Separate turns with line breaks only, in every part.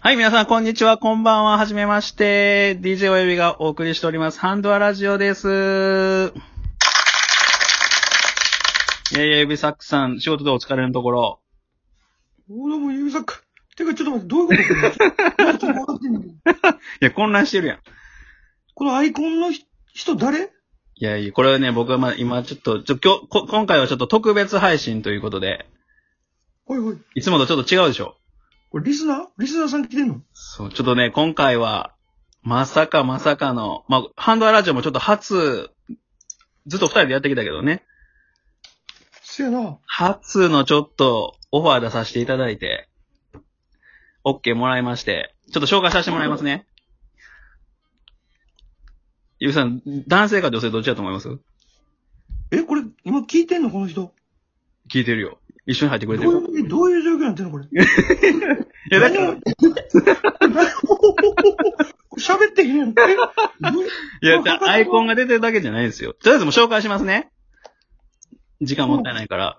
はい、皆さん、こんにちは、こんばんは、はじめまして。DJ 親指がお送りしております、ハンドアラジオです。いやいや、指サックさん、仕事でお疲れのところ。
俺も指サック。てか、ちょっと待って、どういうことちょっと分かってんねんけど
いや、混乱してるやん。い
このアイコンのひ人誰
やいや、これはね、僕はまあ、今ちょっと、ちょ、今日、こ今回はちょっと特別配信ということで、
おいおい。
いつもとちょっと違うでしょ。
これリスナーリスナーさん来てんの
そう、ちょっとね、今回は、まさかまさかの、まあ、ハンドアラジオもちょっと初、ずっと二人でやってきたけどね、
せやな。
初のちょっとオファー出させていただいて、OK もらいまして、ちょっと紹介させてもらいますね。ゆうさん、男性か女性どっちだと思います
え、これ、今聞いてんのこの人。
聞いてるよ。一緒に入ってく
どう
れてる。
いう、えどういう状況になってんのこれ。
いや、だから、い
喋ってへんやん。えどう
や、じゃあアイコンが出てるだけじゃないですよ。とりあえずもう紹介しますね。時間もったいないから。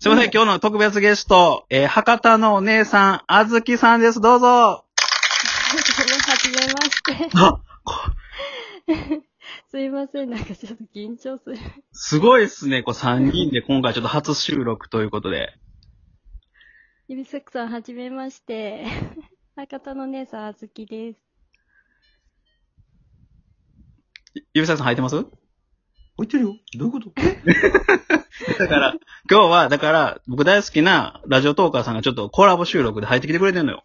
すいません、今日の特別ゲスト、えー、博多のお姉さん、あずきさんです。どうぞ。
はじめまして。
あ、
すいません、なんかちょっと緊張する。
すごいっすね。こう3人で今回ちょっと初収録ということで。
指サックさん、はじめまして。 博多の姉さん、あずきです。
指先さん入ってます
置いてるよ。どういうこと
だから、今日は、だから、僕大好きなラジオトーカーさんがちょっとコラボ収録で入ってきてくれてんのよ。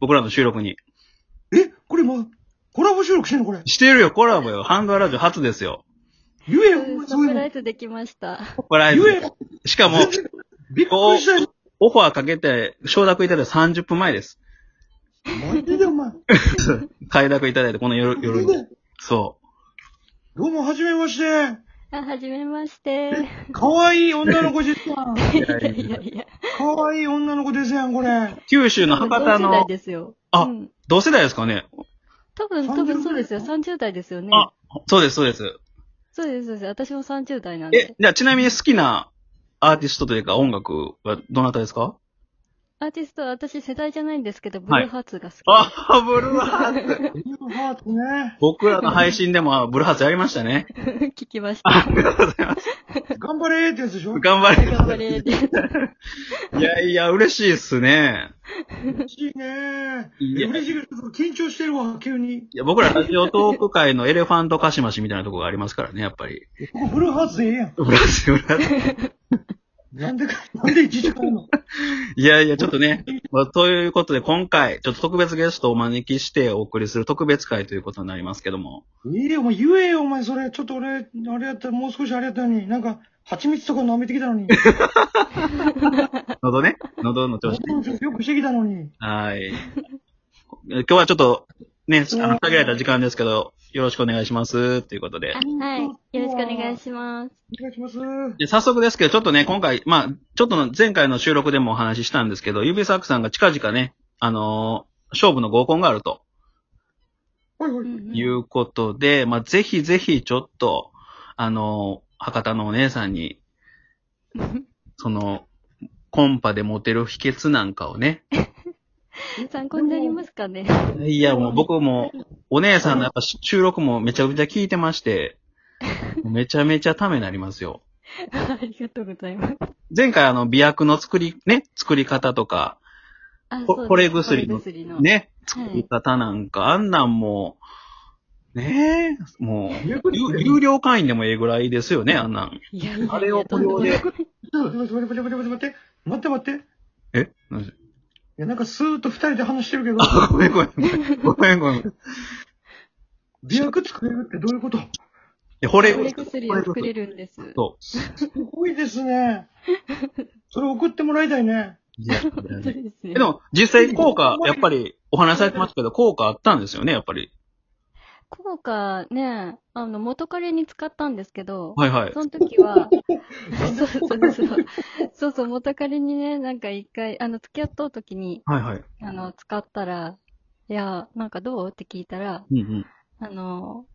僕らの収録に。
ええこれ今、コラボ収録してんのこれ。
してるよ、コラボよ。ハンドアラジオ初ですよ。
言えよ、お前
サ
そうい
プ
う
ラ
の
イ。ズできました。
これあえ
言え
ず
よ。
しかも、
びっくりしたよ。
オファーかけて、承諾いただいた30分前です。
マジでお前。
快諾いただいて、この夜、夜に。そ
どうも、はじめまして。
あ、はじめまして。
かわいい女の子ですやん。
いやいやいや。
かわいい女の子ですやん、これ。
う。九州の博多
同世代
の、
ですよ。
あ
うん、
同世代ですかね
多分、多分そうですよ。
30
30代ですよね。
あ、そうです、そうです。
そうです、そうです。私も30代なん
え
で、。
じゃあちなみに好きなアーティストというか音楽はどなたですか
アーティスト、私世代じゃないんですけど、ブ
はい
ルーハーツが好き。
あ、ブルーハーツ。
ブルーハーツね。
僕らの配信でもあブルーハーツやりましたね。
聞きました。
頑張れーってやつでしょ
頑張れ。
頑張れ。
いやいや、嬉しいっすね。
嬉しいねー。
いや
嬉しいけど、ちょっと緊張してるわ、急に。
いや僕らラジオトーク界のエレファントカシマシみたいなとこがありますからね、やっぱ り。
ここブルーハーツでええやん。
ブラス、ブラス。
なんでか、なんで一時間の。
いやいや、ちょっとね。まあということで、今回、ちょっと特別ゲストをお招きしてお送りする特別会ということになりますけども。
いいよ、お前言えよ、お前、それ。ちょっと俺、あれやったら、もう少しあれやったのに。なんか、蜂蜜とか舐めてきたのに。
喉ね。喉の調 子。
よくしてきたのに。
はい。今日はちょっと、ね、あの、限られた時間ですけど、よろしくお願いします。ということで。
はい。よろしくお願いします。
お願いします。
で、早速ですけど、ちょっとね、今回、まあ、ちょっとの前回の収録でもお話ししたんですけど、指サックさんが近々ね、あのー勝負の合コンがあると
おいお
う
い。
んうん
いうことで、まあ、ぜひぜひちょっと、あのー博多のお姉さんに、その、コンパでモテる秘訣なんかを ね。
参考になりますかね。
いや、もう僕も、お姉さんのやっぱ収録もめちゃくちゃ聞いてまして、めちゃめちゃためになりますよ。
ありがとうございます。
前回あの、美薬の作り、ね、作り方とか、
あ
こ
そうです
これ薬の
これ薬の。
ね、
はい
作り方なんか、あんなんもう、ねえ、もう、
有
有有料会員でもええぐらいですよね、あんなん。
いやいやいや
あれを
とんでもない
こ
待って待って待って待って待って待って。い
え何で
や、なんかスーッと二人で話してるけど、
あごめんごめんごめん。ごめんごめん。い
美薬作れるってどういうこと
や、惚れ
これ薬を作れるんです。
そう。
すごいですね。それ送ってもらいたいね。
いや、いや
本
い
当
や
です
え
ね
で。も、実際効果、やっぱり、お話しされてましたけど、効果あったんですよね、やっぱり。
効果ね、あの、元彼に使ったんですけど、
はいはい。
その時は、そうそうそう。そうそう、元彼にね、なんか一回、あの、付き合った時に、
はいはい。
あの、使ったら、いや、なんかどうって聞いたら、
うんうん。
あの、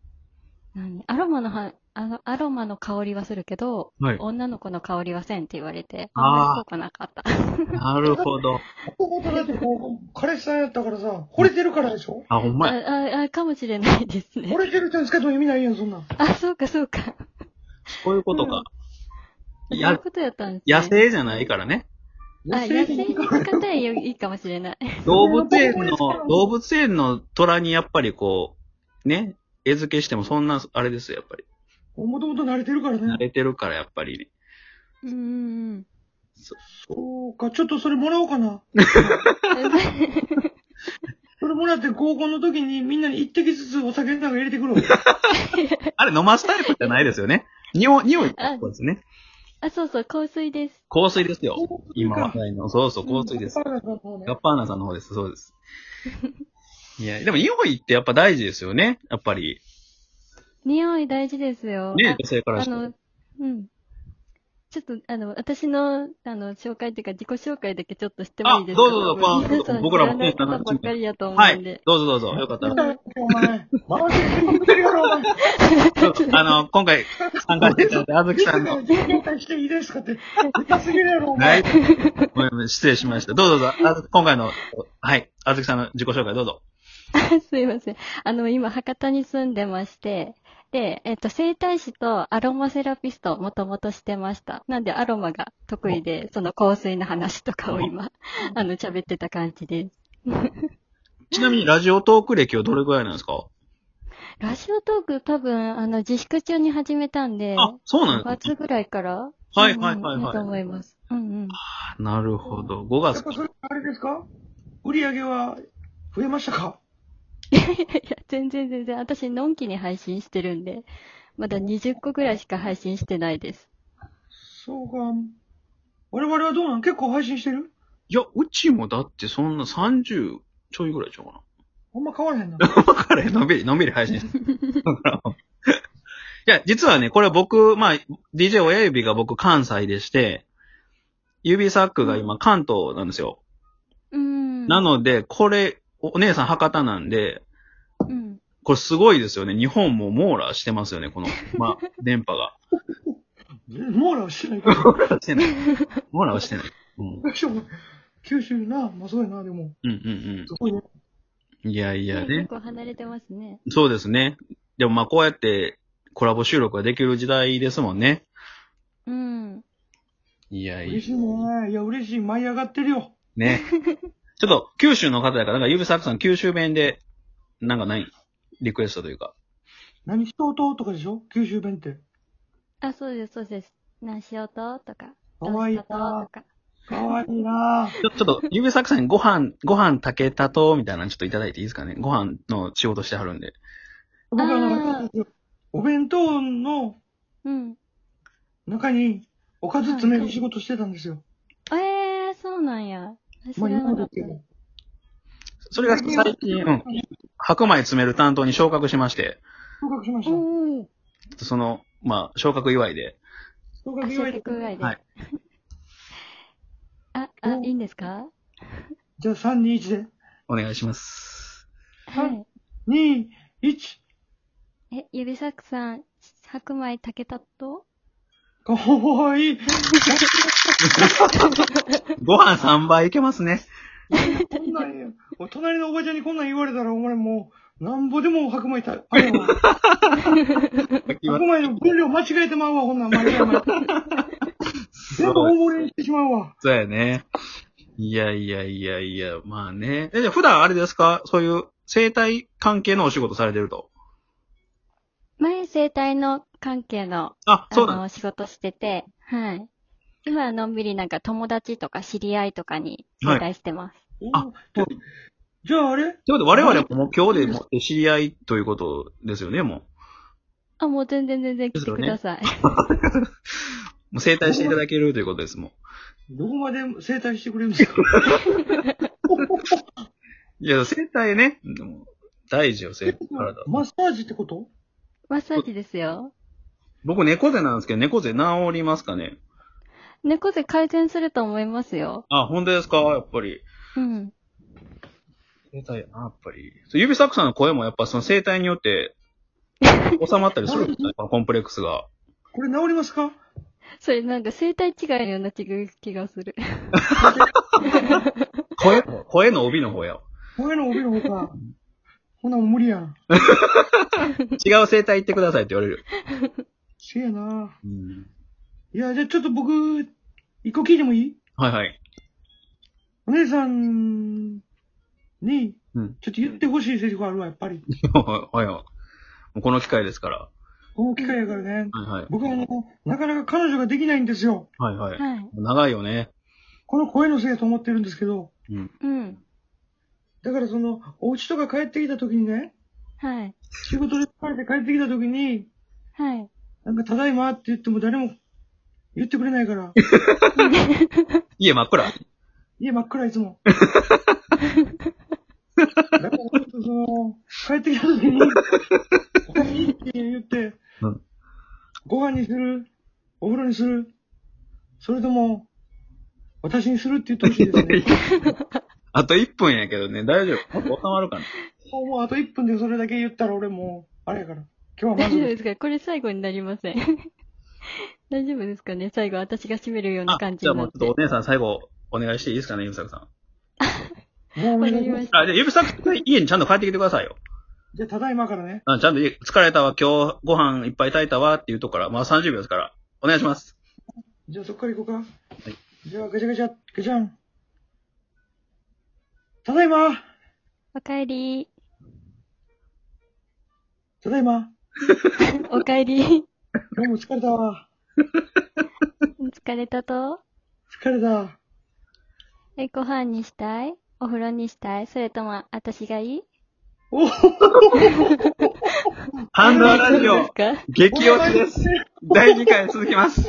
何アロマのは、あの、アロマの香りはするけど、
はい
女の子の香りはせんって言われて、
あー
あんまり効果なかった。
なるほど。
男とだってこう、彼氏さんやったからさ、惚れてるからでしょ
あ、ほん
あ、
まや。
あ、あ、かもしれないですね
惚。れてる人に使っても意味ないやん、そんなん。
あ、そうか、そうか。
こういうことか。
そう
や
いうことやったんですね。
野生じゃないからね。
あ、野生に
に
方へいいかもしれない。
動物園の、動物園の虎にやっぱりこう、ね、餌付けしてもそんな、あれですよ、やっぱり。
もともと慣れてるから
慣
ね。
れてるから、やっぱりね。
うんうん うん。
そうか、ちょっとそれもらおうかな。それもらって合コンの時にみんなに一滴ずつお酒なんか入れてくるわ。
あれ飲ますタイプじゃないですよね。匂い、匂いってことですね。
あ、そうそう、香水です。
香水ですよ。今話題の。そうそう、香水です。
そうなんだそうね
ガッパーナさんの方です、そうです。いや、でも匂いってやっぱ大事ですよね。やっぱり。
匂い大事ですよ。
ね、
あ
女性から
あ
しても。
の、うん。ちょっと、あの、私の、あの、紹介っていうか、自己紹介だけちょっとしてもいいですか
あどうぞどうぞ
多分 皆さん
僕らも
知ないことばっかりやと思
は
うん
い
で。。
どうぞどうぞ。よかった
なん
ら。
だよお前。回してくれてるやろ、お前。
あの、今回参加していただいたあずきさんの。
自己紹介していいですかって。痛すぎるやろ、お
は
前
い。。ごめん失礼しました。どうぞどうぞ。あ今回の、はい。あずきさんの自己紹介どうぞ。
すいません。あの、今、博多に住んでまして、で、えっと、整体師とアロマセラピストをもともとしてました。なんで、アロマが得意で、その香水の話とかを今、 あの、喋ってた感じです。
ちなみにラジオトーク歴はどれぐらいなんですか
ラジオトーク多分、あの、自粛中に始めたんで、
あ、そうなん
5
です
月ぐらいから、
はいはいはいはい
うんうんだと思います。うんうん。
かなるほど。5月
やっ
か
ぱ。それ、あれですか売り上げは増えましたか
いや、全然全然。私、のんきに配信してるんで、まだ20個ぐらいしか配信してないです。
そうか。我々はどうなん結構配信してる
いや、うちもだってそんな30ちょいぐらいちゃうかな。
あんま変わらへん な。
だからのんびり、のんびり配信してる。 だから。いや、実はね、これ僕、まあ、DJ 親指が僕関西でして、指サックが今関東なんですよ。
うん。
なので、これ、お姉さん博多なんで、
うん。
これすごいですよね。日本も網羅してますよね、この、ま あ、電波が。
網羅はしてないけど。
網羅はしてない。 網羅はしてない。うん。うん
九州も九州な、まあそうやな、でも。
うん
すごいね。
うん。いやいや
結
ね。
構離れてますね。
そうですね。でもまあ、こうやってコラボ収録ができる時代ですもんね。
うん。
いやい
嬉
や。
しいね。いや、嬉しい。舞い上がってるよ。
ね。 ちょっと、九州の方やから、なんか、ゆびさくさん九州弁で、なんかないリクエストというか。
何人ととかでしょ九州弁って。
あ、そうです、そうです。なんしようととか。
かわいい
どうしたと
な
とか。
かわいいな
ちょちょっと、ゆびさくさんご飯、ご飯炊けたと、みたいなのちょっといただいていいですかね。ご飯の仕事してはるんで。
僕はなんか、お弁当の
うん。
中におかず詰める仕事してたんですよ。
えー、そうなんや。知
まあ、
ら
今
なか
だ
っ。
けど。
それが最近、うん。白米詰める担当に昇格しまして、
合格しましたた。
おお。
その、まあ、昇格祝いで。
合
あ、
格
集
祝いで
客。ぐらいで。
はい
あ、あ、いいんですか
じゃあ3、2、1で。
お願いします。
は
はいい。
2、1。
え、指サクさん、白米炊けたと
かわ いい。
ご飯3倍いけますね。
こんなんや。お隣のおばちゃんにこんなん言われたら、お前もう、なんぼでも白米た、あれやわ白米の分量間違えてまうわ、こんなん。間違えまう 全部大盛りにしてしまうわ。
そうやね。いやいやいやいや、まあね。え、じゃあ普段あれですかそういう生態関係のお仕事されてると。
前、生体の関係の、
あ、
あ
そうなん
の、仕事してて、はい。今はのんびりなんか友達とか知り合いとかに
はい
生体してます。
あ
おじゃああれ
ということで、我々も今日でもって知り合いということですよね、も
あ、もう全然全然来てください。
う。もう生態していただけるということです、も
どこまで整体してくれるん ですか
う。いや、生態ね。うん大事よ、生態。体。
マッサージってこと
マッサージですよ。
僕、猫背なんですけど、猫背治りますかね
猫背改善すると思いますよ。
あ、本当ですかやっぱり。
うん。
生体やな、やっぱり。そう指サックさんの声もやっぱその生体によって収まったりするんですね、 このコンプレックスが。
これ治りますか
それなんか生態違いのような気がする。
声、声の帯の方や。
声の帯の方か。ほなもう無理やん。
違う生態行ってくださいって言われる。
せやな
うん、
いや、じゃあちょっと僕、一個聞いてもいい
はいはい。
お姉さんに
うん、
ちょっと言ってほしいセリフあるわ、やっぱり。
はいはい。もうこの機会ですから。
この機会やからね。
はいはい。
僕はもう、なかなか彼女ができないんですよ。
はいはい。
はい。
長いよね。
この声のせいやと思ってるんですけど。
うん。
うん。
だからその、お家とか帰ってきた時にね、
はい。
仕事で疲れて帰ってきた時に、
はい。
なんかただいまって言っても誰も言ってくれないから、
家真っ 暗。
家真っ暗いつ も。だからちょっとその、帰ってきた時に、お金いいって言って、
うん
ご飯にする、お風呂にする、それとも、私にするって言ってほしいです ね。
あと1分やけどね、大丈夫。もっと収まるかな。
もうもうあと1分でそれだけ言ったら俺もう、あれやから。今日は
大
ま
丈
ず、
夫ですかこれ最後になりません。 大丈夫ですかね最後私が締めるような
あ、
感じ
じゃあ
に
も
なっ
う
て。
ちょっとお姉さん最後、お願いしていいですかね、ゆびさくさん。
もうお
わ
願
か
い
り
しま
ますし。た。
あ、じゃあゆびさくさん、家にちゃんと帰ってきてくださいよ。
じゃあただいまからね。
あちゃんと家疲れたわ、今日ご飯いっぱい炊いたわっていうとこから、まあ30秒ですから、お願いします。
じゃあそっから行こうか。はい。じゃあガチャガチャ、ガチャン。ただいま
おかえり。
ただいま
おかえり。
今日も疲れたわ。
疲れたと
疲れた。
え、ご飯にしたいお風呂にしたいそれとも私がいい
お
ハンドラジ
どうで
オ
す、か
激落ちです。。第2回続きます。